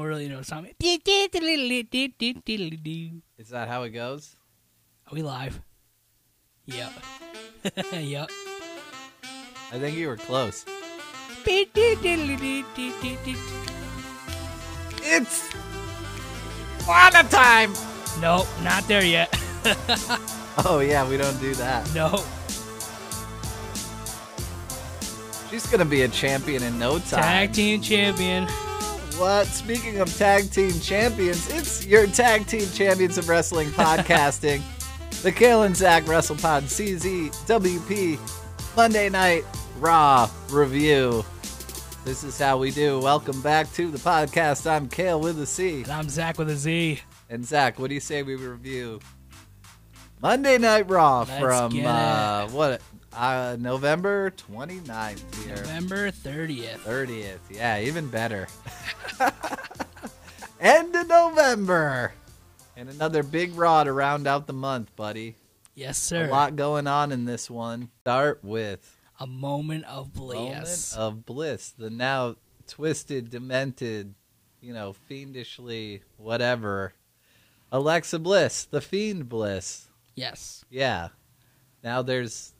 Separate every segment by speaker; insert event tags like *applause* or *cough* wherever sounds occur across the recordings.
Speaker 1: really know the song. Are
Speaker 2: Is that how it goes?
Speaker 1: we live? Yep. yep.
Speaker 2: I think you were close. It's Lana time.
Speaker 1: Nope, not there yet.
Speaker 2: Oh yeah, we don't do that.
Speaker 1: no.
Speaker 2: She's gonna be a champion in no time.
Speaker 1: Tag team champion.
Speaker 2: What? Speaking of tag team champions, it's your tag team champions of *laughs* wrestling podcasting. the Kale and Zach WrestlePod CZ WP Monday Night Raw review. This is how we do. Welcome back to the podcast. I'm Kale with a C.
Speaker 1: And I'm Zach with a Z.
Speaker 2: And Zach, what do you say we review Monday Night Raw
Speaker 1: Let's
Speaker 2: from
Speaker 1: get
Speaker 2: uh, what uh, November 29th here.
Speaker 1: November 30th.
Speaker 2: 30th. Yeah, even better. *laughs* End of November. And another big raw to round out the month, buddy.
Speaker 1: Yes, sir.
Speaker 2: A lot going on in this one. Start with
Speaker 1: A moment of bliss.
Speaker 2: Moment of Bliss, the now twisted, demented, you know, fiendishly whatever. Alexa Bliss, the fiend Bliss.
Speaker 1: yes.
Speaker 2: Yeah. Now there's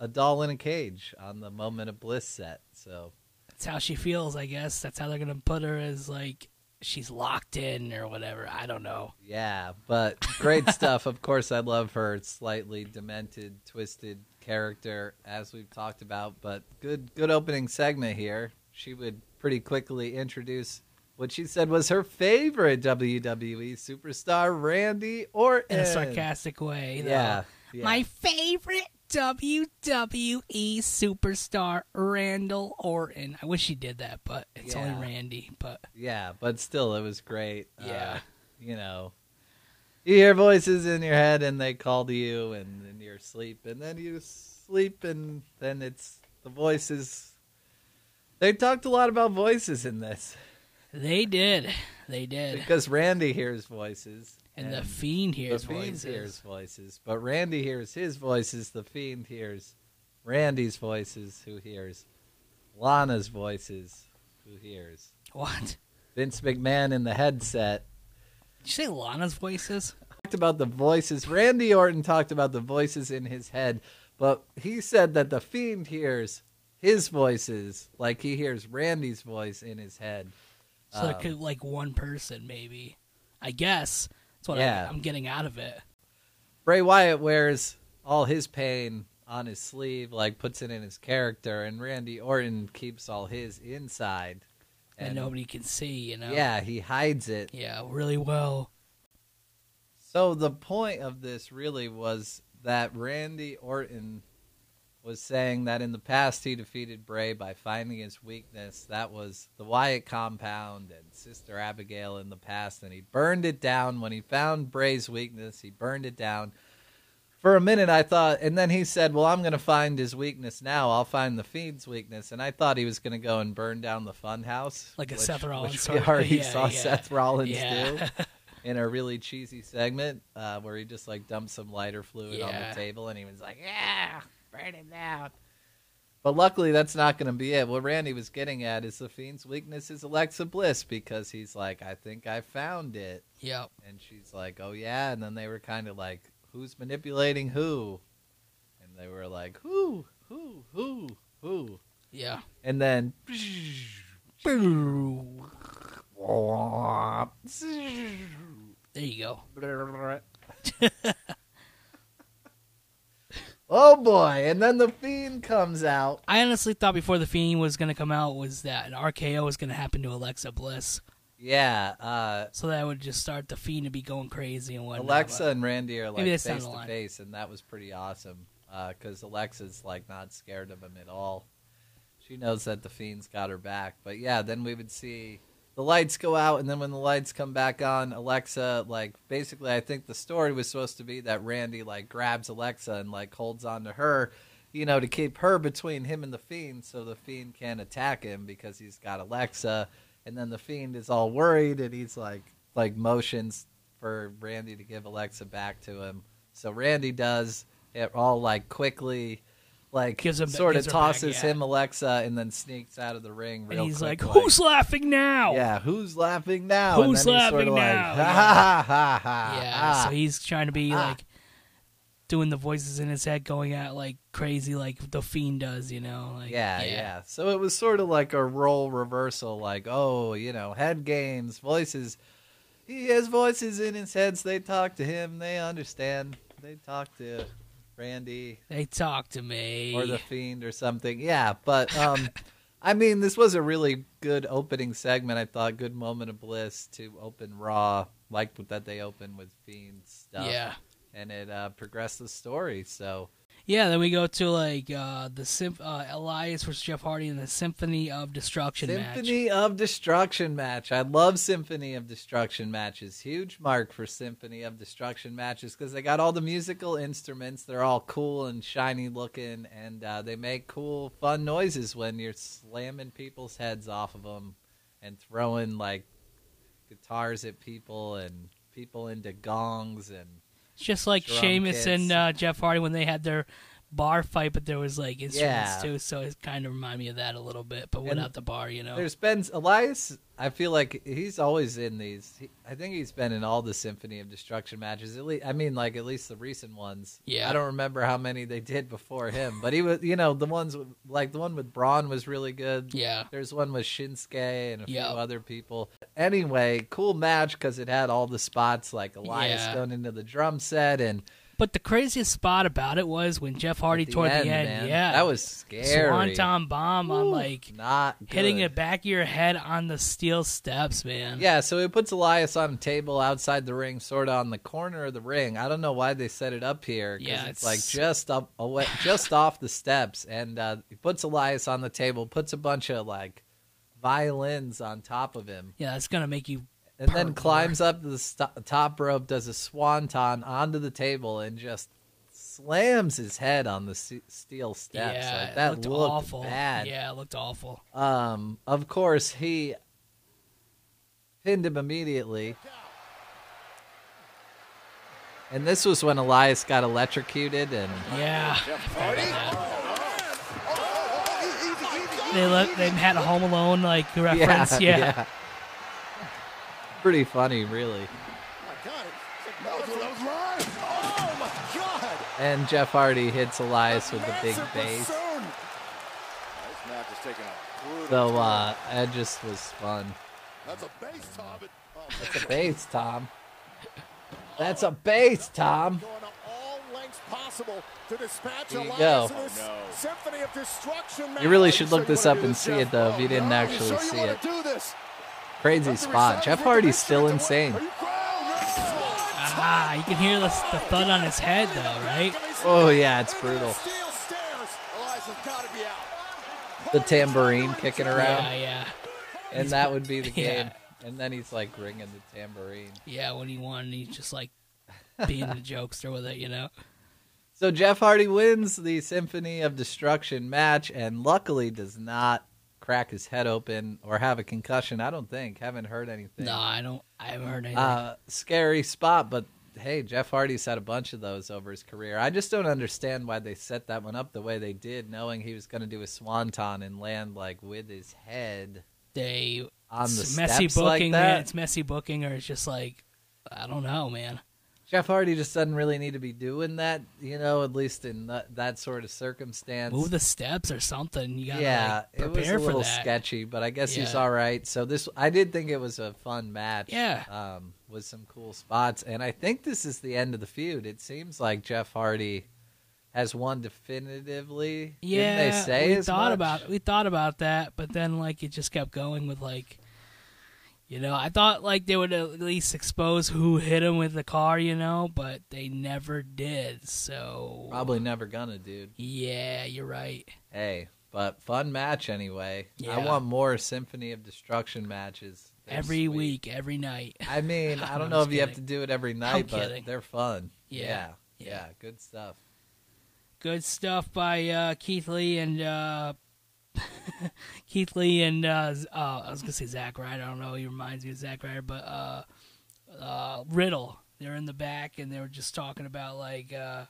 Speaker 2: a doll in a cage on the Moment of Bliss set. So
Speaker 1: That's how she feels, I guess. That's how they're going to put her as, like, she's locked in or whatever. I don't know.
Speaker 2: Yeah, but great stuff. Of course, I love her slightly demented, twisted character, as we've talked about. But good, good opening segment here. She would pretty quickly introduce what she said was her favorite WWE superstar, Randy Orton.
Speaker 1: In a sarcastic way. though.
Speaker 2: Yeah, yeah.
Speaker 1: My favorite WWE superstar, Randall Orton. I wish he did that, but it's
Speaker 2: Yeah.
Speaker 1: only Randy. But
Speaker 2: yeah, but still, it was great. uh,
Speaker 1: Yeah.
Speaker 2: you know. You hear voices in your head, and they call to you, and then you're asleep, and then you sleep, and then it's the voices. They talked a lot about voices
Speaker 1: *laughs*
Speaker 2: in this
Speaker 1: they did. They did.
Speaker 2: because Randy hears voices,
Speaker 1: and the Fiend
Speaker 2: the
Speaker 1: hears
Speaker 2: fiend
Speaker 1: voices.
Speaker 2: hears voices, but Randy hears his voices. The fiend hears Randy's voices, who hears Lana's voices, who hears
Speaker 1: What?
Speaker 2: Vince McMahon in the headset.
Speaker 1: Did you say Lana's voices?
Speaker 2: talked about the voices. Randy Orton talked about the voices in his head, but he said that the fiend hears his voices like he hears Randy's voice in his head.
Speaker 1: So there
Speaker 2: Um,
Speaker 1: could like one person maybe. I guess that's what
Speaker 2: Yeah.
Speaker 1: I, I'm getting out of it.
Speaker 2: Bray Wyatt wears all his pain on his sleeve, like puts it in his character, and Randy Orton keeps all his inside.
Speaker 1: And, nobody can see, you know.
Speaker 2: Yeah, he hides it.
Speaker 1: Yeah, really well.
Speaker 2: So the point of this really was that Randy Orton was saying that in the past he defeated Bray by finding his weakness. That was the Wyatt compound and Sister Abigail in the past, and he burned it down. When he found Bray's weakness, he burned it down. For a minute, I thought, and then he said, Well, I'm going to find his weakness now. I'll find the Fiend's weakness. And I thought he was going to go and burn down the fun house.
Speaker 1: Like a
Speaker 2: which,
Speaker 1: Seth Rollins
Speaker 2: Which
Speaker 1: sort
Speaker 2: we
Speaker 1: of- *laughs*
Speaker 2: already
Speaker 1: yeah,
Speaker 2: saw
Speaker 1: yeah.
Speaker 2: Seth Rollins
Speaker 1: Yeah.
Speaker 2: do in a really cheesy segment uh, where he just like dumped some lighter fluid on the
Speaker 1: Yeah.
Speaker 2: table and he was like, "Yeah, burn it down." But luckily, that's not going to be it. What Randy was getting at is the fiend's weakness is Alexa Bliss because he's like, "I think I found it,"
Speaker 1: Yep.
Speaker 2: and she's like, "Oh yeah," and then they were kind of like, "Who's manipulating who?" And they were like, "Who, who, who, who?"
Speaker 1: Yeah.
Speaker 2: And then
Speaker 1: Boo. There you go.
Speaker 2: *laughs* oh boy! And then the fiend comes out.
Speaker 1: I honestly thought before the Fiend was gonna come out was that an RKO was gonna happen to Alexa Bliss,
Speaker 2: Yeah, uh,
Speaker 1: so that would just start the Fiend to be going crazy and whatnot.
Speaker 2: Alexa and Randy are like
Speaker 1: Maybe
Speaker 2: face
Speaker 1: that's down the
Speaker 2: to
Speaker 1: line.
Speaker 2: face, and that was pretty awesome because Alexa's like not scared of him at all. She knows that the fiend's got her back. But yeah, then we would see the lights go out, and then when the lights come back on, Alexa like basically, I think the story was supposed to be that Randy like grabs Alexa and like holds on to her. You know, to keep her between him and the fiend, so the fiend can't attack him because he's got Alexa. And then the fiend is all worried, and he's like, like motions for Randy to give Alexa back to him. So Randy does it all like quickly. like
Speaker 1: Gives him-
Speaker 2: sort of
Speaker 1: gives her back,
Speaker 2: tosses
Speaker 1: yeah.
Speaker 2: him Alexa and then sneaks out of the ring real
Speaker 1: and he's
Speaker 2: quick,
Speaker 1: like, "Who's laughing now?"
Speaker 2: yeah, who's laughing now?
Speaker 1: Who's
Speaker 2: and then he's sort
Speaker 1: laughing
Speaker 2: of
Speaker 1: now?
Speaker 2: Like, ha ha ha ha ha.
Speaker 1: Yeah, so he's trying to be
Speaker 2: Ah.
Speaker 1: like doing the voices in his head, going out like crazy, like the fiend does, you know? Like,
Speaker 2: yeah, yeah, So it was sort of like a role reversal, like, oh, you know, head games, voices. He has voices in his heads. They talk to him. They understand. They talk to Randy
Speaker 1: They talk to me.
Speaker 2: or the Fiend or something. Yeah, but
Speaker 1: *laughs*
Speaker 2: um, I mean, this was a really good opening segment. I thought good moment of bliss to open Raw. Liked that they opened with Fiend stuff.
Speaker 1: yeah,
Speaker 2: and it uh, progressed the story. So
Speaker 1: yeah. Then we go to like uh the symp- uh, Elias versus Jeff Hardy in the Symphony of Destruction match.
Speaker 2: Symphony of Destruction match. I love Symphony of Destruction matches. Huge mark for Symphony of Destruction matches because they got all the musical instruments. They're all cool and shiny looking, and uh, they make cool, fun noises when you're slamming people's heads off of them and throwing like guitars at people and people into gongs and
Speaker 1: It's just like
Speaker 2: Drum
Speaker 1: Sheamus
Speaker 2: kits.
Speaker 1: and uh, Jeff Hardy when they had their bar fight, but there was like instruments
Speaker 2: Yeah.
Speaker 1: too, so it kind of reminded me of that a little bit, but
Speaker 2: And
Speaker 1: without the bar, you know.
Speaker 2: There's been Elias. I feel like he's always in these. He, I think he's been in all the Symphony of Destruction matches. At least, I mean, like at least the recent ones.
Speaker 1: Yeah.
Speaker 2: I don't remember how many they did before him, but he was, you know, the ones with, like the one with Braun was really good.
Speaker 1: yeah,
Speaker 2: There's one with Shinsuke and a
Speaker 1: Yeah.
Speaker 2: few other people. Anyway, cool match because it had all the spots like Elias
Speaker 1: Yeah.
Speaker 2: going into the drum set and
Speaker 1: but the craziest spot about it was when Jeff Hardy
Speaker 2: at the
Speaker 1: toward
Speaker 2: end,
Speaker 1: the end.
Speaker 2: man,
Speaker 1: yeah,
Speaker 2: that was scary.
Speaker 1: Swanton bomb on
Speaker 2: Woo,
Speaker 1: like
Speaker 2: not
Speaker 1: hitting
Speaker 2: good.
Speaker 1: the back of your head on the steel steps, man.
Speaker 2: Yeah, so it puts Elias on a table outside the ring, sort of on the corner of the ring. I don't know why they set it up here. 'cause
Speaker 1: Yeah, it's-
Speaker 2: it's, like just up,
Speaker 1: *laughs*
Speaker 2: away, just off the steps, and uh, he puts Elias on the table, puts a bunch of like violins on top of him,
Speaker 1: Yeah, that's gonna make you.
Speaker 2: and then
Speaker 1: Pervert.
Speaker 2: climbs up to the st- top rope, does a swanton onto the table, and just slams his head on the s- steel steps.
Speaker 1: yeah,
Speaker 2: like, that
Speaker 1: it looked,
Speaker 2: looked
Speaker 1: awful.
Speaker 2: bad.
Speaker 1: Yeah, it looked awful.
Speaker 2: Um, of course, he pinned him immediately. And this was when Elias got electrocuted, and
Speaker 1: Yeah,
Speaker 3: Hardy?
Speaker 1: they look. They had a Home Alone
Speaker 2: *laughs*
Speaker 1: like *laughs* reference. Yeah, yeah.
Speaker 2: pretty funny, really.
Speaker 3: Oh my god!
Speaker 2: And Jeff Hardy hits Elias with the big bass,
Speaker 3: This match is taking a brutal
Speaker 2: so
Speaker 3: turn.
Speaker 2: uh, that just was fun.
Speaker 3: That's a base, Tom. It- oh,
Speaker 2: *laughs* That's a bass, Tom. That's a bass, Tom.
Speaker 3: Going to all lengths possible to dispatch
Speaker 2: There you
Speaker 3: Elias
Speaker 2: go.
Speaker 3: in this symphony of destruction
Speaker 2: You really
Speaker 3: match.
Speaker 2: should look this up and see it though, if you didn't
Speaker 3: Are you
Speaker 2: actually
Speaker 3: sure you
Speaker 2: see
Speaker 3: wanna
Speaker 2: it.
Speaker 3: do this?
Speaker 2: Crazy spot. Jeff Hardy's still insane.
Speaker 3: Are you proud? No.
Speaker 1: Ah, you can hear the, the thud on his head though, right?
Speaker 2: Oh yeah, it's brutal. The tambourine kicking around.
Speaker 1: Yeah, yeah,
Speaker 2: and that would *laughs* be the game.
Speaker 1: yeah.
Speaker 2: And then he's like ringing the tambourine.
Speaker 1: yeah. What do you want? And he's just like being a jokester with it, you
Speaker 2: *laughs*
Speaker 1: know.
Speaker 2: So Jeff Hardy wins the Symphony of Destruction match, and luckily does not crack his head open or have a concussion. I don't think. Haven't heard anything.
Speaker 1: No, I don't. I haven't heard anything.
Speaker 2: Uh, scary spot, but hey, Jeff Hardy's had a bunch of those over his career. I just don't understand why they set that one up the way they did, knowing he was going to do a swanton and land like with his head
Speaker 1: they
Speaker 2: on the
Speaker 1: it's messy
Speaker 2: steps
Speaker 1: booking,
Speaker 2: like that.
Speaker 1: man. It's messy booking, or it's just like I don't know, man.
Speaker 2: Jeff Hardy just doesn't really need to be doing that, you know, at least in that, that sort of circumstance.
Speaker 1: Move the steps or something. You gotta
Speaker 2: yeah,
Speaker 1: like,
Speaker 2: it was
Speaker 1: prepare
Speaker 2: a little
Speaker 1: for that.
Speaker 2: sketchy, but I guess he's
Speaker 1: Yeah.
Speaker 2: all right. So this, I did think it was a fun match.
Speaker 1: Yeah.
Speaker 2: um, with some cool spots, and I think this is the end of the feud. It seems like Jeff Hardy has won definitively.
Speaker 1: Yeah,
Speaker 2: Didn't they say
Speaker 1: we
Speaker 2: as
Speaker 1: thought
Speaker 2: much?
Speaker 1: about we thought about that, but then like it just kept going with like, you know, I thought like they would at least expose who hit him with the car, you know, but they never did. So
Speaker 2: Probably never gonna, dude.
Speaker 1: yeah, you're right.
Speaker 2: Hey, but fun match anyway. I
Speaker 1: Yeah.
Speaker 2: want more Symphony of Destruction matches They're
Speaker 1: every
Speaker 2: sweet.
Speaker 1: week, every night. *laughs*
Speaker 2: I mean, I
Speaker 1: I'm
Speaker 2: don't know if
Speaker 1: just
Speaker 2: you have to
Speaker 1: kidding.
Speaker 2: do it every night, but
Speaker 1: kidding.
Speaker 2: they're fun.
Speaker 1: Yeah.
Speaker 2: Yeah.
Speaker 1: Yeah.
Speaker 2: Yeah, good stuff.
Speaker 1: Good stuff by uh, Keith Lee and uh, *laughs* Keith Lee and uh, Z- uh, I was gonna say Zack Ryder. I don't know. He reminds me of Zack Ryder, but uh, uh, Riddle. They're in the back and they were just talking about like uh,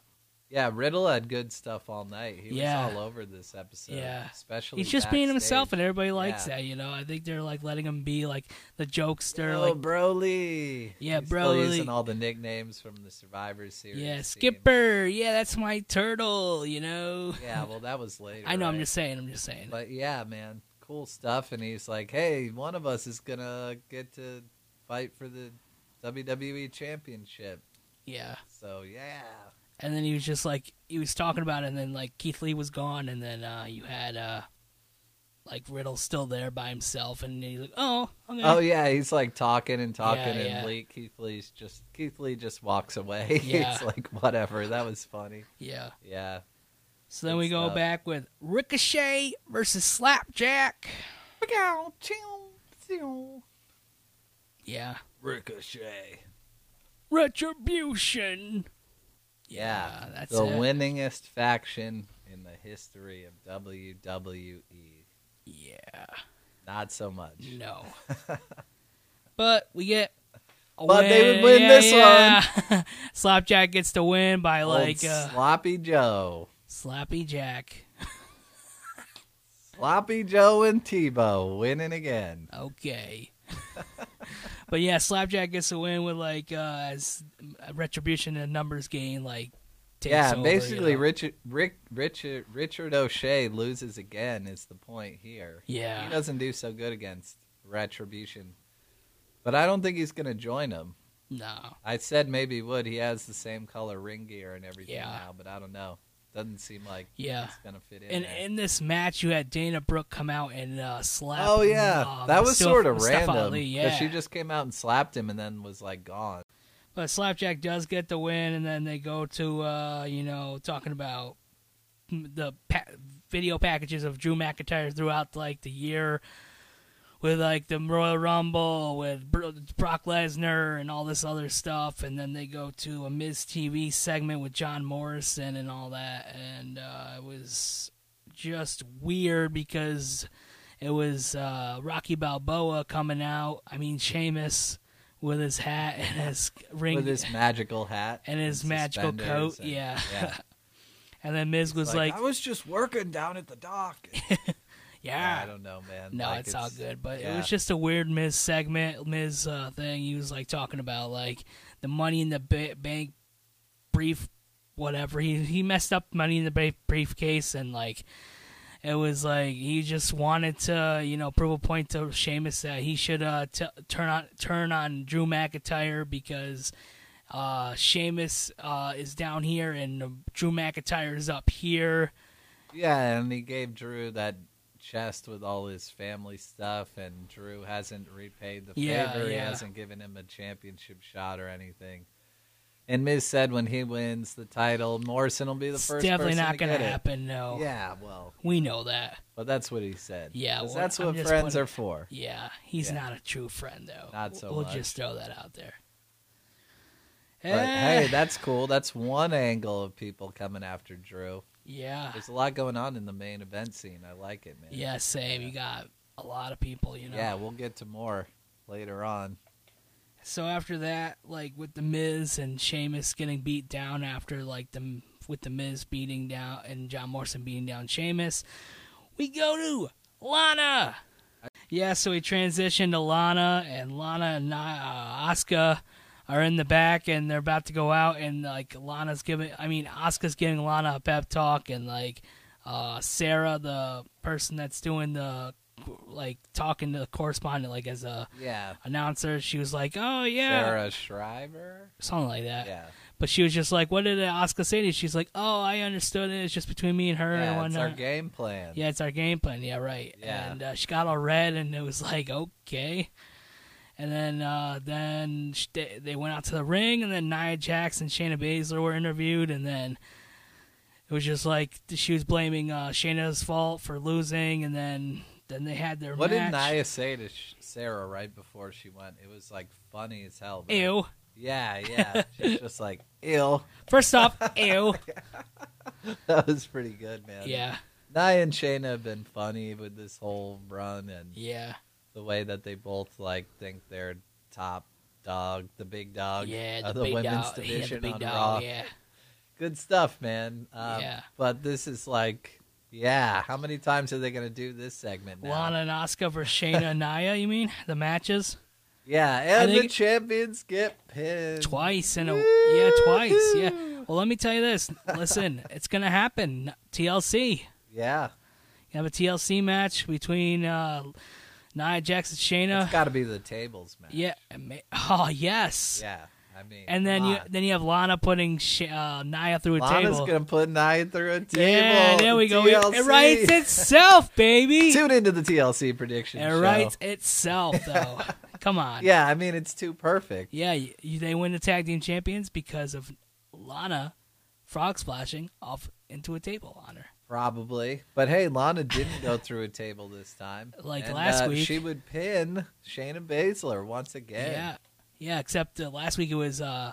Speaker 2: Yeah, Riddle had good stuff all night. He
Speaker 1: Yeah.
Speaker 2: was all over this episode.
Speaker 1: Yeah.
Speaker 2: Especially
Speaker 1: He's just being himself,
Speaker 2: backstage.
Speaker 1: and everybody likes
Speaker 2: Yeah.
Speaker 1: that. You know, I think they're like letting him be like the jokester.
Speaker 2: Oh,
Speaker 1: like,
Speaker 2: Broly.
Speaker 1: Yeah,
Speaker 2: He's still
Speaker 1: Broly.
Speaker 2: using all the nicknames from the Survivor Series.
Speaker 1: yeah,
Speaker 2: team.
Speaker 1: Skipper. Yeah, that's my turtle. You know.
Speaker 2: Yeah, well, that was later.
Speaker 1: I know. I'm
Speaker 2: right?
Speaker 1: just saying. I'm just saying.
Speaker 2: But yeah, man, cool stuff. And he's like, hey, one of us is gonna get to fight for the WWE Championship.
Speaker 1: yeah.
Speaker 2: So yeah,
Speaker 1: And then he was just like he was talking about, it, and then like Keith Lee was gone, and then uh, you had uh, like Riddle still there by himself, and he's like, oh, okay.
Speaker 2: oh yeah, he's like talking and talking,
Speaker 1: Yeah,
Speaker 2: and
Speaker 1: yeah.
Speaker 2: Lee, Keith Lee's just Keith Lee just walks away. *laughs*
Speaker 1: Yeah.
Speaker 2: it's like whatever. That was funny.
Speaker 1: yeah.
Speaker 2: Yeah,
Speaker 1: So then
Speaker 2: Good
Speaker 1: we go
Speaker 2: stuff.
Speaker 1: back with Ricochet versus Slapjack. Yeah.
Speaker 2: Ricochet.
Speaker 1: Retribution.
Speaker 2: Yeah,
Speaker 1: Yeah, that's
Speaker 2: the
Speaker 1: it.
Speaker 2: winningest faction in the history of WWE. *laughs*
Speaker 1: Yeah.
Speaker 2: Not so much.
Speaker 1: No. but we get. a
Speaker 2: But they would win this
Speaker 1: one. *laughs* Slapjack gets to win by
Speaker 2: Old
Speaker 1: like uh,
Speaker 2: sloppy Joe.
Speaker 1: Slappy Jack.
Speaker 2: Sloppy Joe and Tebow winning again.
Speaker 1: Okay. but yeah, Slapjack gets to win with like uh, as retribution and numbers gain like. Takes
Speaker 2: yeah,
Speaker 1: over,
Speaker 2: basically
Speaker 1: you know?
Speaker 2: Richard Rick Richard Richard O'Shea loses again is the point here. He
Speaker 1: Yeah.
Speaker 2: doesn't do so good against Retribution. But I don't think he's going to join him.
Speaker 1: No.
Speaker 2: I said maybe he would. He has the same color ring gear and everything
Speaker 1: Yeah.
Speaker 2: now, but I don't know. Doesn't seem like
Speaker 1: Yeah.
Speaker 2: it's going to fit in.
Speaker 1: And
Speaker 2: there.
Speaker 1: in this match, you had Dana Brooke come out and uh, slap.
Speaker 2: Oh yeah,
Speaker 1: uh,
Speaker 2: that was
Speaker 1: Mustafa-
Speaker 2: sort of
Speaker 1: Mustafa
Speaker 2: random.
Speaker 1: Ali,
Speaker 2: 'cause
Speaker 1: yeah,
Speaker 2: she just came out and slapped him, and then was like gone.
Speaker 1: but Slapjack does get the win, and then they go to uh, you know talking about the pa- video packages of Drew McIntyre throughout like the year, with like the Royal Rumble, with Bro- Brock Lesnar, and all this other stuff, and then they go to a Miz TV segment with John Morrison and all that, and uh, it was just weird because it was uh, Rocky Balboa coming out. I mean Sheamus. With his hat and his ring,
Speaker 2: with
Speaker 1: *laughs*
Speaker 2: his magical hat
Speaker 1: and his magical
Speaker 2: suspenders
Speaker 1: coat,
Speaker 2: and-
Speaker 1: yeah. *laughs*
Speaker 2: yeah.
Speaker 1: and then Miz was like,
Speaker 2: was just working down at the dock. yeah,
Speaker 1: "Yeah,
Speaker 2: I don't know, man.
Speaker 1: no,
Speaker 2: Like,
Speaker 1: it's, all good." But uh, it
Speaker 2: yeah.
Speaker 1: was just a weird Miz segment, Miz uh, thing. He was like talking about like the Money in the ba- Bank brief, whatever. He he messed up Money in the ba- briefcase, and like it was like he just wanted to you know prove a point to Sheamus that he should uh, t- turn on turn on Drew McIntyre because uh, Sheamus uh, is down here and Drew McIntyre is up here.
Speaker 2: Yeah, and he gave Drew that chest with all his family stuff, and Drew hasn't repaid the
Speaker 1: Yeah,
Speaker 2: favor. He
Speaker 1: yeah.
Speaker 2: hasn't given him a championship shot or anything. And Miz said when he wins the title, Morrison will be the
Speaker 1: It's
Speaker 2: first.
Speaker 1: definitely
Speaker 2: person
Speaker 1: not
Speaker 2: to
Speaker 1: gonna
Speaker 2: get it.
Speaker 1: happen. No,
Speaker 2: Yeah, well,
Speaker 1: we know that.
Speaker 2: but that's what he said.
Speaker 1: Yeah,
Speaker 2: 'Cause
Speaker 1: well,
Speaker 2: that's
Speaker 1: I'm
Speaker 2: what
Speaker 1: just
Speaker 2: friends
Speaker 1: wondering-
Speaker 2: are for.
Speaker 1: Yeah, he's
Speaker 2: Yeah.
Speaker 1: not a true friend though.
Speaker 2: Not so
Speaker 1: We'll
Speaker 2: much.
Speaker 1: just throw that out there.
Speaker 2: But
Speaker 1: Eh,
Speaker 2: hey, that's cool. That's one angle of people coming after Drew.
Speaker 1: yeah,
Speaker 2: There's a lot going on in the main event scene. I like it, man.
Speaker 1: yeah, same. You got a lot of people, you know.
Speaker 2: Yeah, we'll get to more later on.
Speaker 1: So after that, like with the Miz and Sheamus getting beat down after like the with the Miz beating down and John Morrison beating down Sheamus, we go to Lana. Yeah, so we transition to Lana and Lana and uh, Asuka are in the back and they're about to go out and like Lana's giving I mean Asuka's giving Lana a pep talk and like uh Sarah the person that's doing the like talking to the correspondent like as a
Speaker 2: Yeah.
Speaker 1: announcer. She was like, "Oh yeah,"
Speaker 2: Sarah Schreiber.
Speaker 1: something like that.
Speaker 2: Yeah.
Speaker 1: But she was just like, "What did Oscar say?" to you?" She's like, "Oh, I understood it. It's just between me and her and
Speaker 2: yeah it's
Speaker 1: whatnot."
Speaker 2: our game plan.
Speaker 1: yeah, it's our game plan. Yeah, right.
Speaker 2: Yeah.
Speaker 1: And uh, she got all red, and it was like, "Okay." And then, uh, then sh- they, they went out to the ring, and then Nia Jax and Shayna Baszler were interviewed, and then it was just like she was blaming uh, Shayna's fault for losing, and then then they had their
Speaker 2: What did
Speaker 1: match.
Speaker 2: Nia say to Sh- Sarah right before she went? It was like funny as hell. man.
Speaker 1: Ew.
Speaker 2: Yeah, yeah. She's just like, ew. *laughs*
Speaker 1: First off, ew.
Speaker 2: That was pretty good, man.
Speaker 1: Yeah.
Speaker 2: Nia and Shayna have been funny with this whole run and
Speaker 1: Yeah.
Speaker 2: the way that they both like think they're top dog, the big dog
Speaker 1: yeah, the
Speaker 2: of the
Speaker 1: big
Speaker 2: women's
Speaker 1: dog.
Speaker 2: division
Speaker 1: yeah, the big
Speaker 2: on
Speaker 1: dog,
Speaker 2: Raw.
Speaker 1: Yeah,
Speaker 2: good stuff, man. Um,
Speaker 1: Yeah.
Speaker 2: But this is like, yeah. How many times are they going to do this segment now?
Speaker 1: Lana and Oscar versus Shayna and Naya. You mean the matches
Speaker 2: yeah, and
Speaker 1: I
Speaker 2: the
Speaker 1: think-
Speaker 2: champions get pinned
Speaker 1: twice in a yeah twice yeah. Well, let me tell you this. Listen, *laughs* it's gonna happen. TLC.
Speaker 2: Yeah,
Speaker 1: You have a TLC match between uh, Nia Jax and Shayna.
Speaker 2: it's got to be the tables match.
Speaker 1: yeah. ma- Oh yes.
Speaker 2: Yeah. I mean,
Speaker 1: And then
Speaker 2: come
Speaker 1: you
Speaker 2: on.
Speaker 1: then you have Lana putting Sh- uh, Naya through a
Speaker 2: Lana's
Speaker 1: table.
Speaker 2: gonna put nine through a table.
Speaker 1: Yeah, there we go. It- It
Speaker 2: TLC.
Speaker 1: writes itself,
Speaker 2: *laughs*
Speaker 1: baby.
Speaker 2: Tune into the TLC prediction
Speaker 1: It
Speaker 2: show.
Speaker 1: writes itself,
Speaker 2: *laughs*
Speaker 1: though. Come on.
Speaker 2: Yeah, I mean it's too perfect.
Speaker 1: Yeah, y you, they win the tag team champions because of Lana frog splashing off into a table on her.
Speaker 2: Probably. But hey, Lana didn't go through a table this time.
Speaker 1: *laughs* Like
Speaker 2: And,
Speaker 1: last
Speaker 2: uh,
Speaker 1: week.
Speaker 2: She would pin Shayna Baszler once again.
Speaker 1: Yeah. Yeah, except uh, last week it was uh,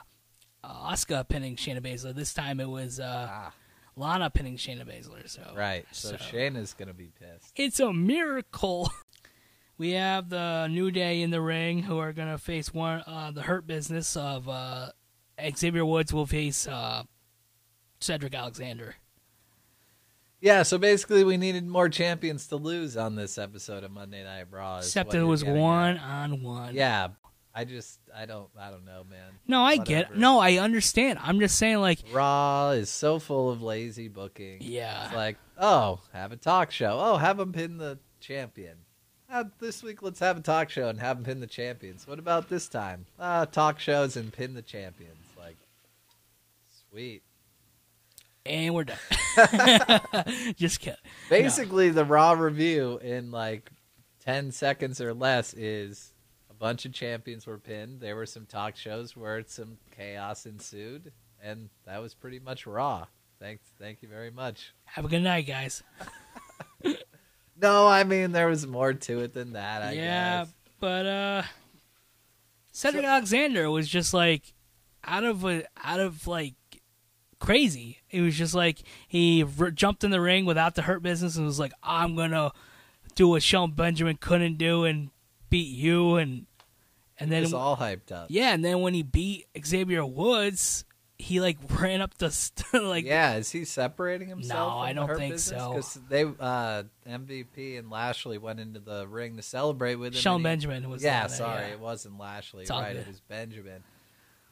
Speaker 1: Asuka pinning Shayna Baszler. This time it was uh,
Speaker 2: Ah,
Speaker 1: Lana pinning Shayna Baszler. So
Speaker 2: right. So, Shayna's going to be pissed.
Speaker 1: It's a miracle. *laughs* We have the New Day in the ring who are going to face one uh, the Hurt Business of uh, Xavier Woods will face uh, Cedric Alexander.
Speaker 2: Yeah, so basically we needed more champions to lose on this episode of Monday Night Raw. is
Speaker 1: Except
Speaker 2: what
Speaker 1: it
Speaker 2: you're
Speaker 1: was
Speaker 2: getting
Speaker 1: one on one.
Speaker 2: at. Yeah. I just I don't I don't know, man.
Speaker 1: No, I get.
Speaker 2: Whatever.
Speaker 1: No, I understand. I'm just saying, like,
Speaker 2: Raw is so full of lazy booking.
Speaker 1: Yeah.
Speaker 2: It's like, oh, have a talk show. Oh, have them pin the champion. Uh, this week, let's have a talk show and have them pin the champions. What about this time? Uh, talk shows and pin the champions. Like, sweet.
Speaker 1: and we're
Speaker 2: *laughs*
Speaker 1: done. *laughs* just kidding.
Speaker 2: Basically, the Raw review in like 10 seconds or less is a bunch of champions were pinned. There were some talk shows where some chaos ensued, and that was pretty much Raw. Thanks, thank you very much.
Speaker 1: Have a good night, guys.
Speaker 2: No, I mean there was more to it than that. I
Speaker 1: yeah,
Speaker 2: guess.
Speaker 1: but uh, Cedric Alexander was just like out of a, out of like crazy. It was just like he r- jumped in the ring without the hurt business and was like, "I'm gonna do what Sean Benjamin couldn't do and beat you." And and
Speaker 2: It
Speaker 1: then
Speaker 2: was all hyped up.
Speaker 1: yeah, and then when he beat Xavier Woods, he like *laughs* ran up the st- *laughs* like
Speaker 2: yeah, is he separating
Speaker 1: No,
Speaker 2: himself? from
Speaker 1: I
Speaker 2: the
Speaker 1: don't
Speaker 2: Hurt
Speaker 1: think
Speaker 2: Business?
Speaker 1: so.
Speaker 2: 'Cause they uh, MVP and Lashley went into the ring to celebrate with him.
Speaker 1: Shawn
Speaker 2: and he-
Speaker 1: Benjamin was
Speaker 2: yeah,
Speaker 1: down there,
Speaker 2: sorry,
Speaker 1: yeah.
Speaker 2: it wasn't Lashley.
Speaker 1: It's all
Speaker 2: right, it
Speaker 1: good.
Speaker 2: was Benjamin.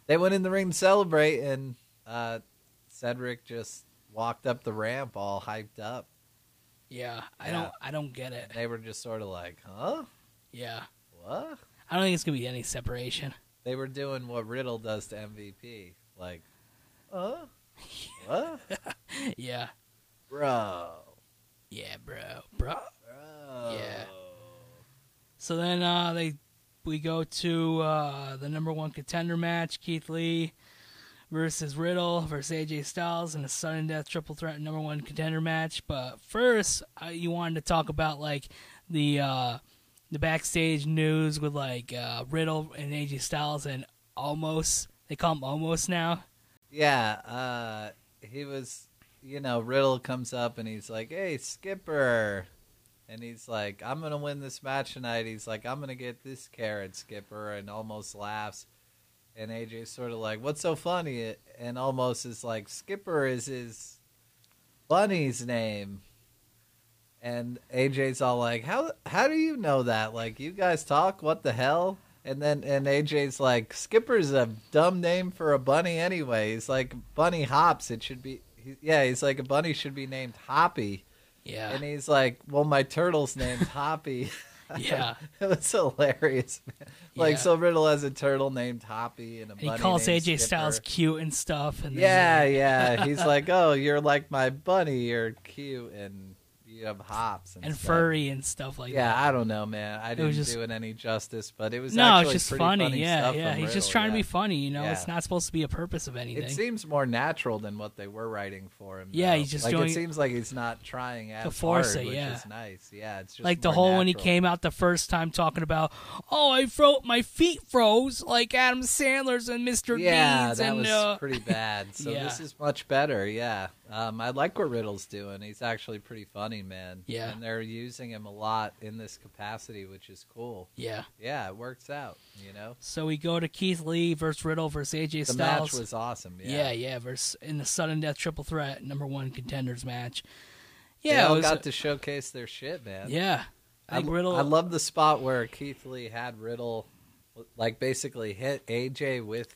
Speaker 2: They went in the ring to celebrate, and uh, Cedric just walked up the ramp all hyped up.
Speaker 1: yeah. I
Speaker 2: Yeah.
Speaker 1: don't I don't get it.
Speaker 2: They were just sort of like, "Huh?
Speaker 1: Yeah.
Speaker 2: What?"
Speaker 1: I don't think it's gonna be any separation. *laughs*
Speaker 2: They were doing what Riddle does to MVP, like, "Huh?
Speaker 1: *laughs*
Speaker 2: What?"
Speaker 1: Yeah.
Speaker 2: bro.
Speaker 1: Yeah, bro. Bro.
Speaker 2: Bro.
Speaker 1: Yeah. So then uh they we go to uh the number one contender match, Keith Lee versus Riddle versus AJ Styles in a sudden death triple threat number one contender match. But first, uh, you wanted to talk about like the uh the backstage news with like uh Riddle and AJ Styles and almost they call him almost now.
Speaker 2: Yeah. Uh, he was, you know, Riddle comes up and he's like, hey, Skipper. And he's like, I'm going to win this match tonight. He's like, I'm going to get this carrot, Skipper, and almost laughs. And AJ's sort of like, what's so funny? And almost is like, Skipper is his bunny's name. And AJ's all like, "How how do you know that? Like, you guys talk? What the hell?" And then and AJ's like, "Skipper's a dumb name for a bunny anyway. He's like Bunny Hops. It should be he, yeah. He's like a bunny should be named Hoppy."
Speaker 1: Yeah.
Speaker 2: And he's like, "Well, my turtle's named Hoppy."
Speaker 1: *laughs* Yeah.
Speaker 2: *laughs* it was hilarious. Man. Like,
Speaker 1: Yeah.
Speaker 2: so Riddle has a turtle named Hoppy and a
Speaker 1: And
Speaker 2: bunny
Speaker 1: he calls
Speaker 2: named
Speaker 1: AJ Styles
Speaker 2: Skipper.
Speaker 1: cute and stuff and then-
Speaker 2: Yeah, yeah. He's like, "Oh, you're like my bunny. You're cute and you have hops and,
Speaker 1: and
Speaker 2: stuff."
Speaker 1: furry and stuff like that.
Speaker 2: Yeah, I don't know, man. I
Speaker 1: was
Speaker 2: didn't
Speaker 1: just-
Speaker 2: do it any justice, but it was
Speaker 1: no,
Speaker 2: actually
Speaker 1: it's just
Speaker 2: pretty
Speaker 1: funny. Yeah,
Speaker 2: stuff
Speaker 1: yeah.
Speaker 2: from
Speaker 1: He's just
Speaker 2: Riddle,
Speaker 1: trying to be
Speaker 2: yeah.
Speaker 1: funny. You know,
Speaker 2: Yeah.
Speaker 1: it's not supposed to be a purpose of anything.
Speaker 2: It seems more natural than what they were writing for him.
Speaker 1: Yeah,
Speaker 2: though.
Speaker 1: he's just
Speaker 2: like
Speaker 1: doing-
Speaker 2: it seems like he's not trying as
Speaker 1: force
Speaker 2: hard,
Speaker 1: it,
Speaker 2: which
Speaker 1: yeah.
Speaker 2: is nice. Yeah, it's just
Speaker 1: like the
Speaker 2: more
Speaker 1: whole when he
Speaker 2: natural.
Speaker 1: came out the first time talking about, oh, I froze, my feet froze like Adam Sandler's and Mr.
Speaker 2: Yeah,
Speaker 1: Deeds
Speaker 2: that
Speaker 1: and
Speaker 2: was
Speaker 1: uh, *laughs*
Speaker 2: pretty bad. So
Speaker 1: Yeah.
Speaker 2: this is much better. Yeah, Um, I like what Riddle's doing. He's actually pretty funny, man.
Speaker 1: Yeah.
Speaker 2: And they're using him a lot in this capacity, which is cool.
Speaker 1: Yeah.
Speaker 2: Yeah, it works out, you know?
Speaker 1: So we go to Keith Lee versus Riddle versus AJ
Speaker 2: The
Speaker 1: Styles.
Speaker 2: match was awesome.
Speaker 1: yeah. yeah,
Speaker 2: Yeah.
Speaker 1: versus in the sudden death triple threat number one contenders match. Yeah,
Speaker 2: They
Speaker 1: it
Speaker 2: all
Speaker 1: was
Speaker 2: got
Speaker 1: a-
Speaker 2: to showcase their shit, man.
Speaker 1: yeah. I think
Speaker 2: I,
Speaker 1: Riddle.
Speaker 2: I love the spot where Keith Lee had Riddle, like, basically hit AJ with.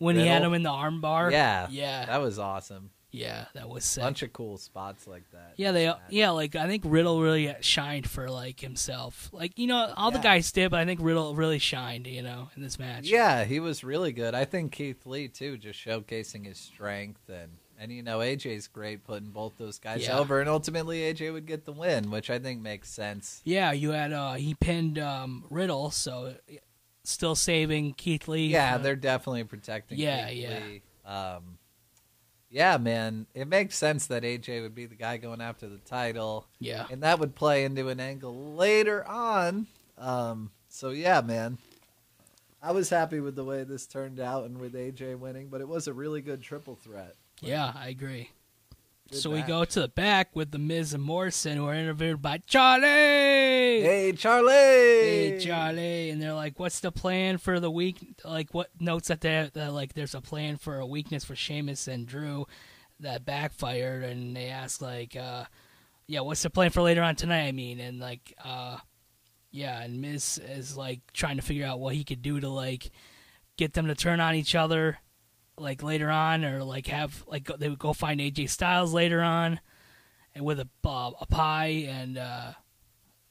Speaker 1: when he had
Speaker 2: Riddle.
Speaker 1: him in the armbar.
Speaker 2: Yeah.
Speaker 1: yeah,
Speaker 2: That was awesome.
Speaker 1: yeah. Ah. That was sick.
Speaker 2: Bunch of cool spots like that.
Speaker 1: Yeah, they
Speaker 2: Match.
Speaker 1: yeah, like I think Riddle really shined for like himself. Like you know, all the
Speaker 2: Yeah.
Speaker 1: guys did, but I think Riddle really shined. You know, in this match.
Speaker 2: Yeah, he was really good. I think Keith Lee too, just showcasing his strength and and you know AJ's great putting both those guys
Speaker 1: Yeah.
Speaker 2: over, and ultimately AJ would get the win, which I think makes sense.
Speaker 1: yeah. You had uh he pinned um Riddle, so still saving Keith Lee.
Speaker 2: Yeah,
Speaker 1: for-
Speaker 2: they're definitely protecting.
Speaker 1: Yeah,
Speaker 2: Keith
Speaker 1: yeah.
Speaker 2: Lee. Um, yeah, man, it makes sense that AJ would be the guy going after the title,
Speaker 1: yeah.
Speaker 2: and that would play into an angle later on. Um, so yeah, man. I was happy with the way this turned out and with AJ winning, but it was a really good triple threat.
Speaker 1: Yeah, I agree.
Speaker 2: Good
Speaker 1: so we
Speaker 2: match.
Speaker 1: go to the back with the Miz and Morrison, who are interviewed by Charlie. Hey.
Speaker 2: Hey, Charlie.
Speaker 1: Charlie, and they're like, "What's the plan for the week?" Like, what notes that they that like there's a plan for a weakness for Sheamus and Drew that backfired, and they ask like, uh, "Yeah, what's the plan for later on tonight?" I mean, and like, uh, yeah, and Miz is like trying to figure out what he could do to like get them to turn on each other, like later on, or like have like go, they would go find AJ Styles later on, and with a uh, a pie and. uh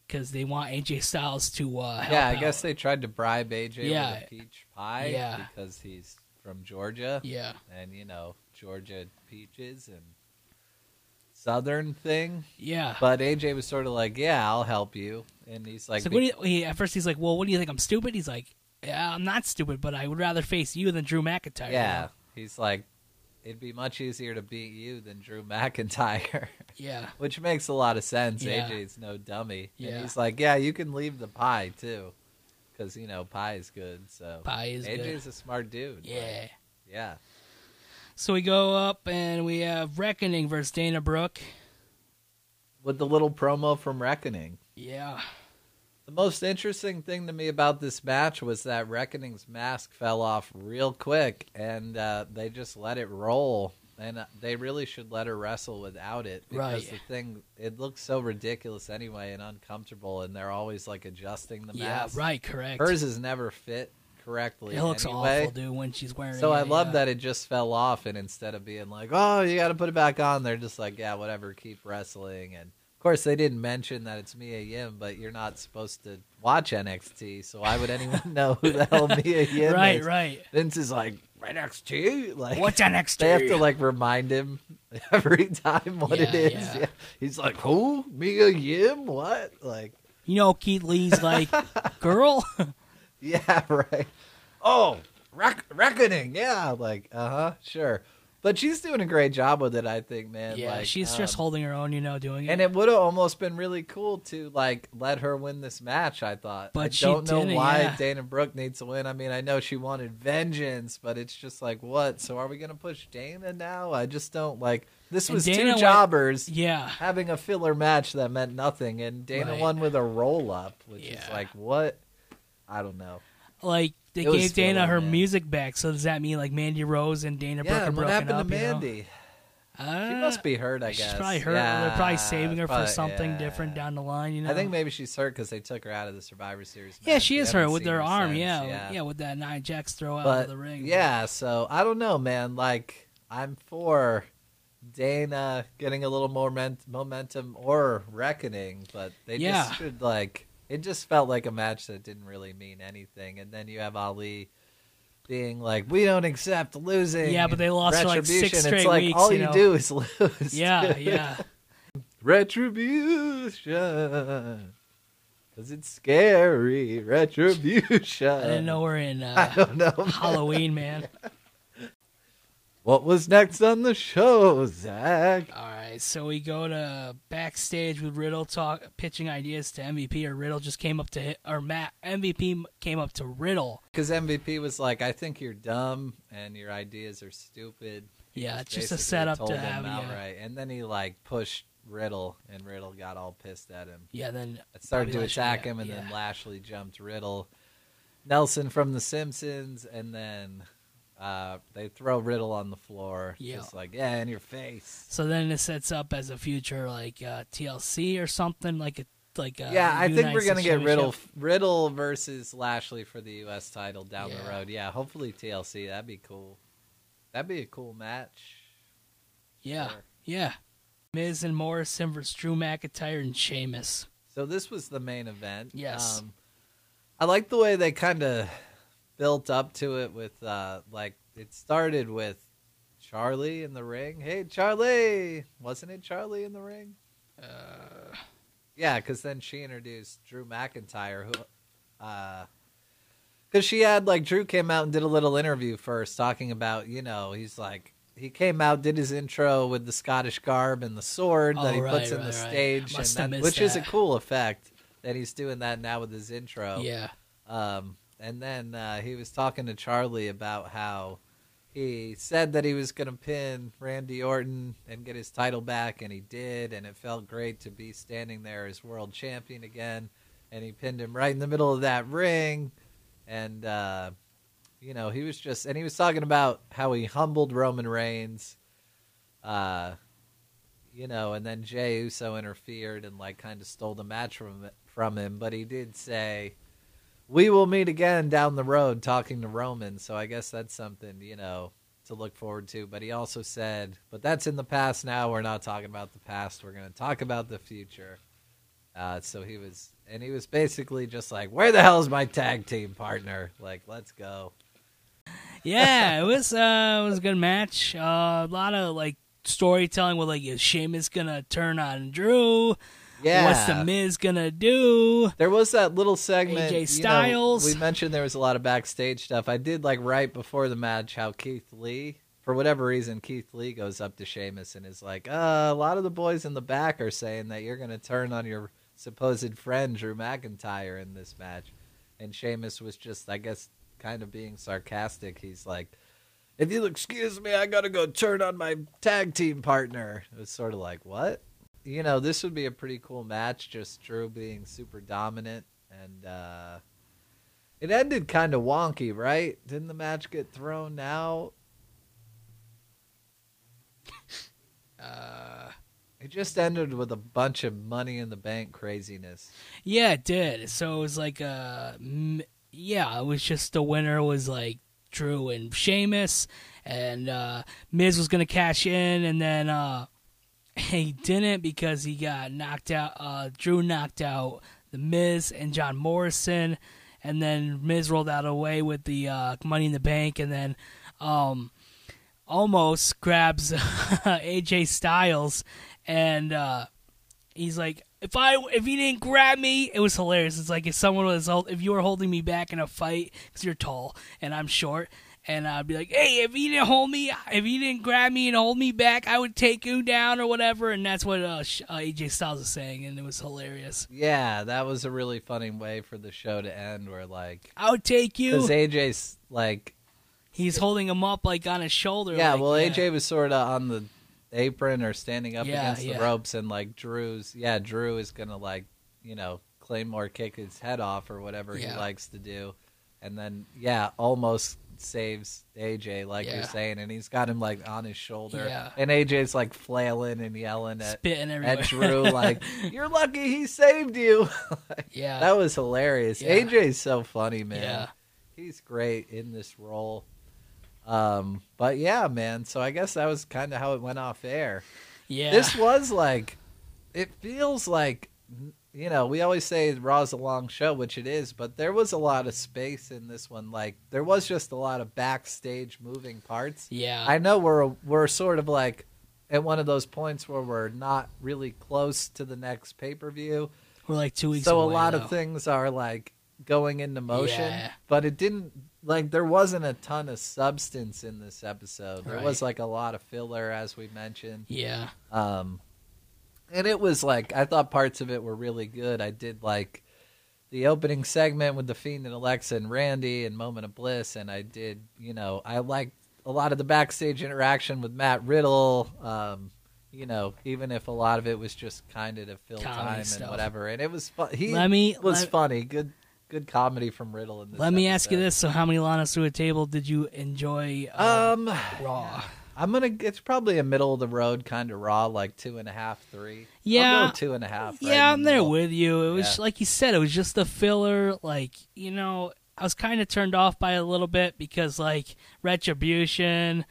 Speaker 1: because they want AJ Styles to uh, help
Speaker 2: Yeah, I
Speaker 1: out.
Speaker 2: guess they tried to bribe AJ
Speaker 1: Yeah.
Speaker 2: with a peach pie
Speaker 1: Yeah.
Speaker 2: because he's from Georgia.
Speaker 1: Yeah,
Speaker 2: And, you know, Georgia peaches and southern thing.
Speaker 1: yeah.
Speaker 2: But AJ was sort of like, yeah, I'll help you. And he's like,
Speaker 1: so what do you, he, at first he's like, "Well, what do you think? I'm stupid." He's like, "Yeah, I'm not stupid, but I would rather face you than Drew McIntyre."
Speaker 2: yeah. He's like, it'd be much easier to beat you than Drew *laughs* McIntyre.
Speaker 1: yeah,
Speaker 2: Which makes a lot of sense.
Speaker 1: Yeah.
Speaker 2: AJ's no dummy.
Speaker 1: Yeah.
Speaker 2: And he's like, yeah, you can leave the pie too. Because, you know, pie is good. So
Speaker 1: pie is good.
Speaker 2: AJ's a smart dude. Like,
Speaker 1: Yeah.
Speaker 2: yeah.
Speaker 1: So we go up and we have Reckoning versus Dana Brooke.
Speaker 2: With the little promo from Reckoning.
Speaker 1: Yeah,
Speaker 2: The most interesting thing to me about this match was that Reckoning's mask fell off real quick and uh, they just let it roll. And uh, they really should let her wrestle without it because
Speaker 1: Right.
Speaker 2: the thing, it looks so ridiculous anyway and uncomfortable. And they're always like adjusting the
Speaker 1: yeah,
Speaker 2: mask.
Speaker 1: right, correct.
Speaker 2: Hers is never fit correctly.
Speaker 1: it looks
Speaker 2: anyway.
Speaker 1: awful, dude, when she's wearing.
Speaker 2: So
Speaker 1: it.
Speaker 2: I love
Speaker 1: yeah.
Speaker 2: that it just fell off, and instead of being like, "Oh, you got to put it back on," they're just like, "Yeah, whatever, keep wrestling." And of course, they didn't mention that it's Mia Yim, but you're not supposed to watch NXT, so why would anyone *laughs* know who the
Speaker 1: *laughs*
Speaker 2: hell Mia Yim
Speaker 1: Right,
Speaker 2: is?
Speaker 1: right.
Speaker 2: Vince is like, "NXT," like
Speaker 1: What's that next?
Speaker 2: they have to like remind him *laughs* every time what it
Speaker 1: Yeah,
Speaker 2: is.
Speaker 1: yeah.
Speaker 2: He's like, "Who? Mia Yim? What?" Like,
Speaker 1: you know, Keith Lee's
Speaker 2: *laughs*
Speaker 1: like, "Girl, *laughs*
Speaker 2: Yeah, right. Oh, reck- reckoning. Yeah, like uh huh, sure. But she's doing a great job with it, I think, man.
Speaker 1: yeah,
Speaker 2: like,
Speaker 1: she's just
Speaker 2: um,
Speaker 1: holding her own, you know, doing it."
Speaker 2: and it would have almost been really cool to like let her win this match. I thought,
Speaker 1: But
Speaker 2: I
Speaker 1: she
Speaker 2: don't know
Speaker 1: didn't,
Speaker 2: why
Speaker 1: yeah.
Speaker 2: Dana Brooke needs to win. I mean, I know she wanted vengeance, but it's just like what? So are we gonna push Dana now? I just don't like. This
Speaker 1: And
Speaker 2: was
Speaker 1: Dana
Speaker 2: two
Speaker 1: went-
Speaker 2: jobbers
Speaker 1: yeah,
Speaker 2: having a filler match that meant nothing, and Dana
Speaker 1: Right.
Speaker 2: won with a roll up, which is
Speaker 1: Yeah.
Speaker 2: like what? I don't know.
Speaker 1: like they
Speaker 2: It was
Speaker 1: gave Dana
Speaker 2: filler,
Speaker 1: her
Speaker 2: man.
Speaker 1: music back. So does that mean like Mandy Rose and Dana Brooke
Speaker 2: Yeah,
Speaker 1: are
Speaker 2: and what
Speaker 1: broken
Speaker 2: happened to
Speaker 1: up? you know?
Speaker 2: Mandy?
Speaker 1: Uh,
Speaker 2: She must be hurt, I
Speaker 1: she's
Speaker 2: guess.
Speaker 1: probably hurt.
Speaker 2: Yeah,
Speaker 1: They're probably saving her
Speaker 2: probably-
Speaker 1: for something
Speaker 2: yeah.
Speaker 1: different down the line. You know,
Speaker 2: I think maybe she's hurt because they took her out of the Survivor Series.
Speaker 1: yeah,
Speaker 2: match.
Speaker 1: she
Speaker 2: We
Speaker 1: is hurt
Speaker 2: haven't
Speaker 1: with
Speaker 2: seen
Speaker 1: her arm.
Speaker 2: since,
Speaker 1: yeah, yeah, with that nine jacks throw out
Speaker 2: But
Speaker 1: of the ring.
Speaker 2: yeah, so I don't know, man. Like I'm for Dana getting a little more men- momentum or reckoning, but they
Speaker 1: Yeah.
Speaker 2: just should like. It just felt like a match that didn't really mean anything, and then you have Ali being like, "We don't accept losing."
Speaker 1: Yeah, but they lost for, like, six
Speaker 2: retribution."
Speaker 1: straight
Speaker 2: it's like,
Speaker 1: weeks,
Speaker 2: All
Speaker 1: you
Speaker 2: you,
Speaker 1: know?
Speaker 2: do is *laughs* lose.
Speaker 1: yeah,
Speaker 2: *laughs* dude.
Speaker 1: yeah.
Speaker 2: Retribution. Because it's scary. Retribution.
Speaker 1: I didn't
Speaker 2: *laughs*
Speaker 1: know we're in
Speaker 2: I
Speaker 1: uh,
Speaker 2: don't know.
Speaker 1: Halloween, man.
Speaker 2: What was next on the show, Zach?
Speaker 1: All right, so we go to backstage with Riddle talk pitching ideas to MVP, or Riddle just came up to hit, or Matt MVP came up to Riddle.
Speaker 2: Because MVP was like, I think you're dumb and your ideas are stupid.
Speaker 1: Yeah, it's just a
Speaker 2: Basically
Speaker 1: setup
Speaker 2: told
Speaker 1: to
Speaker 2: him
Speaker 1: have yeah.
Speaker 2: outright. And then he like pushed Riddle, and Riddle got all pissed at him.
Speaker 1: Yeah, then
Speaker 2: I started
Speaker 1: Bobby
Speaker 2: to
Speaker 1: Lashley,
Speaker 2: attack
Speaker 1: yeah,
Speaker 2: him, and then
Speaker 1: yeah.
Speaker 2: Lashley jumped Riddle, Nelson from The Simpsons, and then uh, they throw Riddle on the floor,
Speaker 1: Yeah.
Speaker 2: just like yeah, in your face.
Speaker 1: so then it sets up as a future like uh, TLC or something like a like a
Speaker 2: yeah, I think we're
Speaker 1: United
Speaker 2: gonna get Riddle
Speaker 1: Championship.
Speaker 2: Riddle versus Lashley for the U.S. title down
Speaker 1: Yeah.
Speaker 2: the road. Yeah, hopefully TLC. That'd be cool. That'd be a cool match.
Speaker 1: Yeah,
Speaker 2: Sure.
Speaker 1: yeah. Miz and Morrison versus Drew McIntyre and Sheamus.
Speaker 2: So this was the main event. Um,
Speaker 1: Yes.
Speaker 2: I like the way they kind of built up to it with uh like it started with Charlie in the ring. Hey Charlie, wasn't it Charlie in the ring?
Speaker 1: Uh,
Speaker 2: Yeah, cuz then she introduced Drew McIntyre who uh cuz she had like Drew came out and did a little interview first talking about, you know, he's like he came out, did his intro with the Scottish garb and the sword
Speaker 1: Oh,
Speaker 2: that he
Speaker 1: right,
Speaker 2: puts in
Speaker 1: right,
Speaker 2: the
Speaker 1: right.
Speaker 2: stage,
Speaker 1: Must have
Speaker 2: and that,
Speaker 1: missed
Speaker 2: which is a
Speaker 1: that.
Speaker 2: cool effect that he's doing that now with his intro.
Speaker 1: yeah,
Speaker 2: Um, and then uh, he was talking to Charlie about how he said that he was going to pin Randy Orton and get his title back, and he did, and it felt great to be standing there as world champion again. And he pinned him right in the middle of that ring, and uh, you know he was just and he was talking about how he humbled Roman Reigns. Uh, you know, and then Jay Uso interfered and like kind of stole the match from from him, but he did say, "We will meet again down the road." Talking to Roman, so I guess that's something you know to look forward to. But he also said, "But that's in the past now. We're not talking about the past. We're going to talk about the future." Uh, so he was, and he was basically just like, "Where the hell is my tag team partner? Like, let's go."
Speaker 1: yeah. it was uh, it was a good match. Uh, a lot of like storytelling with like is Sheamus gonna turn on Drew?
Speaker 2: Yeah,
Speaker 1: What's the Miz gonna do?
Speaker 2: There was that little segment.
Speaker 1: AJ
Speaker 2: you know,
Speaker 1: Styles.
Speaker 2: we mentioned there was a lot of backstage stuff. I did like right before the match how Keith Lee, for whatever reason, Keith Lee goes up to Sheamus and is like, uh, a lot of the boys in the back are saying that you're going to turn on your supposed friend, Drew McIntyre, in this match. And Sheamus was just, I guess, kind of being sarcastic. He's like, if you'll excuse me, I got to go turn on my tag team partner. It was sort of like, what? you know, this would be a pretty cool match, just Drew being super dominant and uh it ended kind of wonky, right? Didn't the match get thrown out?
Speaker 1: Uh,
Speaker 2: It just ended with a bunch of money in the bank craziness.
Speaker 1: yeah, it did. So it was like uh, m- yeah, it was just the winner was like Drew and Sheamus, and uh, Miz was gonna cash in, and then uh, *laughs* he didn't because he got knocked out. Uh, Drew knocked out the Miz and John Morrison, and then Miz rolled out away with the uh, Money in the Bank, and then um, almost grabs *laughs* AJ Styles, and uh, he's like. If I if he didn't grab me, it was hilarious. It's like if someone was hol- if you were holding me back in a fight because you're tall and I'm short, and I'd be like, "Hey, if he didn't hold me, if he didn't grab me and hold me back, I would take you down or whatever." And that's what uh, Sh- uh, AJ Styles is saying, and it was hilarious.
Speaker 2: Yeah, that was a really funny way for the show to end where like
Speaker 1: I would take you.
Speaker 2: cuz AJ's like
Speaker 1: He's holding him up like on his shoulder.
Speaker 2: Yeah,
Speaker 1: like,
Speaker 2: well AJ was sort of on the apron or standing up
Speaker 1: Yeah,
Speaker 2: against
Speaker 1: yeah.
Speaker 2: the ropes and like Drew's yeah, Drew is going to like, you know, Claymore kick his head off or whatever he
Speaker 1: Yeah.
Speaker 2: likes to do. And then yeah, almost saves AJ like
Speaker 1: Yeah.
Speaker 2: you're saying and he's got him like on his shoulder.
Speaker 1: Yeah.
Speaker 2: And AJ's like flailing and yelling at
Speaker 1: spitting everywhere.
Speaker 2: at Drew like you're lucky he saved you.
Speaker 1: *laughs* yeah,
Speaker 2: that was hilarious.
Speaker 1: Uh, Yeah.
Speaker 2: AJ's so funny, man
Speaker 1: yeah,
Speaker 2: he's great in this role. Um, but yeah, man. So I guess that was kind of how it went off air.
Speaker 1: yeah.
Speaker 2: This was like, it feels like, you know, we always say Raw's a long show, which it is, but there was a lot of space in this one. Like there was just a lot of backstage moving parts.
Speaker 1: yeah,
Speaker 2: I know we're we're sort of like at one of those points where we're not really close to the next pay per view,
Speaker 1: we're like two weeks.
Speaker 2: so a
Speaker 1: away,
Speaker 2: lot
Speaker 1: though.
Speaker 2: of things are like going into motion
Speaker 1: Yeah.
Speaker 2: but it didn't like there wasn't a ton of substance in this episode there was like a lot of filler as we mentioned
Speaker 1: Yeah,
Speaker 2: um and it was like i thought parts of it were really good i did like the opening segment with the fiend and alexa and randy and moment of bliss and i did you know i liked a lot of the backstage interaction with Matt Riddle. Um, you know, even if a lot of it was just kind of to fill
Speaker 1: Comedy
Speaker 2: time
Speaker 1: stuff.
Speaker 2: and whatever, and it was fun. He
Speaker 1: Let me-
Speaker 2: was
Speaker 1: let-
Speaker 2: funny. Good, good comedy from Riddle. In this
Speaker 1: Let me ask you
Speaker 2: episode.
Speaker 1: this: So, how many Lana's through a table did you enjoy? Uh,
Speaker 2: Um,
Speaker 1: Raw.
Speaker 2: I'm gonna. It's probably a middle of the road kind of raw, like two and a half, three. I'll
Speaker 1: Yeah.
Speaker 2: go two and a half. right
Speaker 1: yeah,
Speaker 2: in
Speaker 1: I'm
Speaker 2: the
Speaker 1: there
Speaker 2: middle.
Speaker 1: with you. It was
Speaker 2: Yeah.
Speaker 1: like you said, it was just a filler. Like you know, I was kind of turned off by it a little bit because like retribution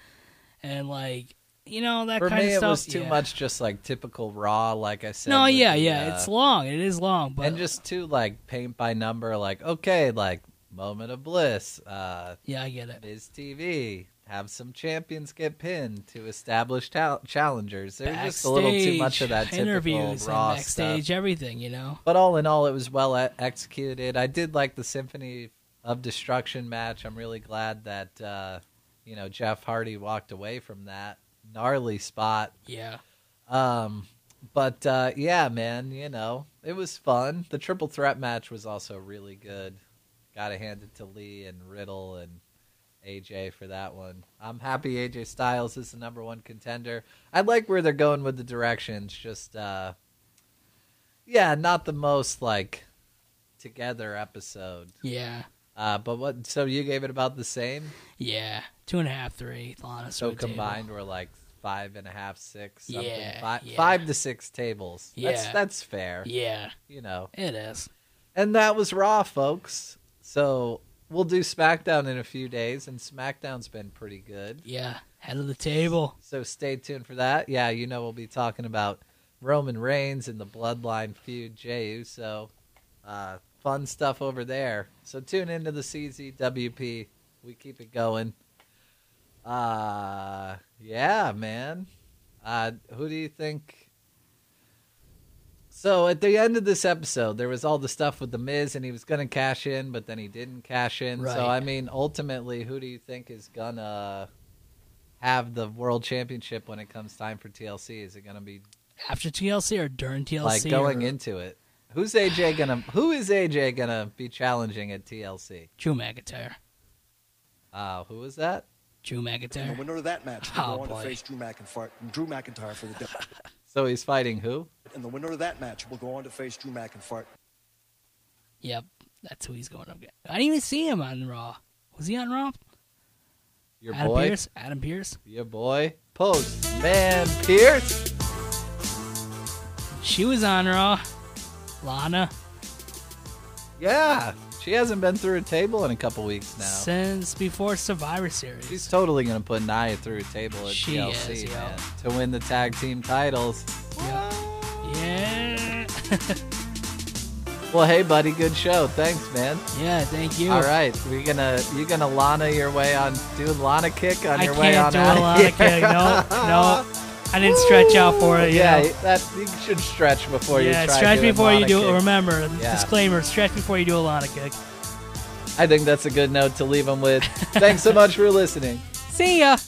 Speaker 1: and like you know that
Speaker 2: For
Speaker 1: kind of
Speaker 2: me, it
Speaker 1: stuff.
Speaker 2: was too
Speaker 1: yeah.
Speaker 2: much, just like typical raw. Like I said,
Speaker 1: No,
Speaker 2: with
Speaker 1: yeah,
Speaker 2: the,
Speaker 1: yeah,
Speaker 2: uh,
Speaker 1: it's long. It is long, but
Speaker 2: and just too like paint by number. Like okay, like moment of bliss. Uh,
Speaker 1: yeah, I get it.
Speaker 2: Miz TV have some champions get pinned to establish ta- challengers. There's just a little too much of that
Speaker 1: Backstage
Speaker 2: typical
Speaker 1: interviews
Speaker 2: raw
Speaker 1: and backstage
Speaker 2: stuff.
Speaker 1: everything. You know,
Speaker 2: But all in all, it was well e- executed. I did like the Symphony of Destruction match. I'm really glad that uh, you know Jeff Hardy walked away from that gnarly spot.
Speaker 1: yeah.
Speaker 2: Um, but uh, yeah, man, you know it was fun. The triple threat match was also really good. Got to hand it to Lee and Riddle and AJ for that one. I'm happy AJ Styles is the number one contender. I like where they're going with the directions. Just uh, yeah, not the most like together episode.
Speaker 1: Yeah,
Speaker 2: Uh, but what? So you gave it about the same.
Speaker 1: yeah. Two and a half, three. Lana
Speaker 2: So
Speaker 1: Sweet Table.
Speaker 2: combined, we're like five and a half, six, something.
Speaker 1: Yeah,
Speaker 2: five,
Speaker 1: yeah.
Speaker 2: five to six tables.
Speaker 1: Yeah.
Speaker 2: That's that's fair,
Speaker 1: Yeah,
Speaker 2: you know.
Speaker 1: it is.
Speaker 2: And that was Raw, folks. So we'll do SmackDown in a few days, and SmackDown's been pretty good.
Speaker 1: Yeah, head of the table.
Speaker 2: So stay tuned for that. Yeah, you know we'll be talking about Roman Reigns and the Bloodline feud, Jey Uso. Uh, fun stuff over there. So tune into the CZWP. We keep it going. Uh, yeah, man. Uh, who do you think? So at the end of this episode, there was all the stuff with the Miz, and he was gonna cash in, but then he didn't cash in. So
Speaker 1: Right.
Speaker 2: I mean, ultimately, who do you think is gonna have the world championship when it comes time for TLC? Is it gonna be
Speaker 1: After TLC or during TLC?
Speaker 2: like going
Speaker 1: or
Speaker 2: into it? Who's AJ gonna? Who is AJ gonna be challenging at TLC?
Speaker 1: Drew McIntyre.
Speaker 2: Uh, who is that?
Speaker 1: Drew
Speaker 3: And the
Speaker 1: McIntyre.
Speaker 3: winner of that match will
Speaker 1: Oh,
Speaker 3: go on
Speaker 1: boy.
Speaker 3: to face Drew McIntyre, Drew McIntyre for the w-
Speaker 2: So he's fighting who?
Speaker 3: and the winner of that match will go on to face Drew McIntyre.
Speaker 1: Yep, that's who he's going up against. I didn't even see him on Raw. Was he on Raw?
Speaker 2: Your
Speaker 1: Adam
Speaker 2: boy.
Speaker 1: Pierce. Adam Pierce.
Speaker 2: Your boy. Post man Pierce.
Speaker 1: She was on Raw. Lana
Speaker 2: Yeah, she hasn't been through a table in a couple weeks now.
Speaker 1: since before Survivor Series.
Speaker 2: She's totally gonna put Nia through a table at
Speaker 1: She
Speaker 2: TLC
Speaker 1: is, yeah.
Speaker 2: man, to win the tag team titles.
Speaker 1: Yep. Yeah. *laughs*
Speaker 2: Well, hey, buddy, good show. Thanks, man.
Speaker 1: yeah. Thank you.
Speaker 2: All right, we're gonna you gonna Lana your way on do Lana kick on
Speaker 1: I
Speaker 2: your
Speaker 1: can't
Speaker 2: way on
Speaker 1: do
Speaker 2: out
Speaker 1: a
Speaker 2: of
Speaker 1: Lana
Speaker 2: here.
Speaker 1: kick. No, no.
Speaker 2: *laughs*
Speaker 1: I didn't stretch out for it. you
Speaker 2: yeah,
Speaker 1: know?
Speaker 2: that you should stretch before you
Speaker 1: yeah,
Speaker 2: try
Speaker 1: stretch
Speaker 2: doing
Speaker 1: before you
Speaker 2: Lana
Speaker 1: do
Speaker 2: kick.
Speaker 1: it. Remember,
Speaker 2: Yeah.
Speaker 1: disclaimer: stretch before you do a Lana kick.
Speaker 2: I think that's a good note to leave them with. Thanks so much for listening.
Speaker 1: See ya.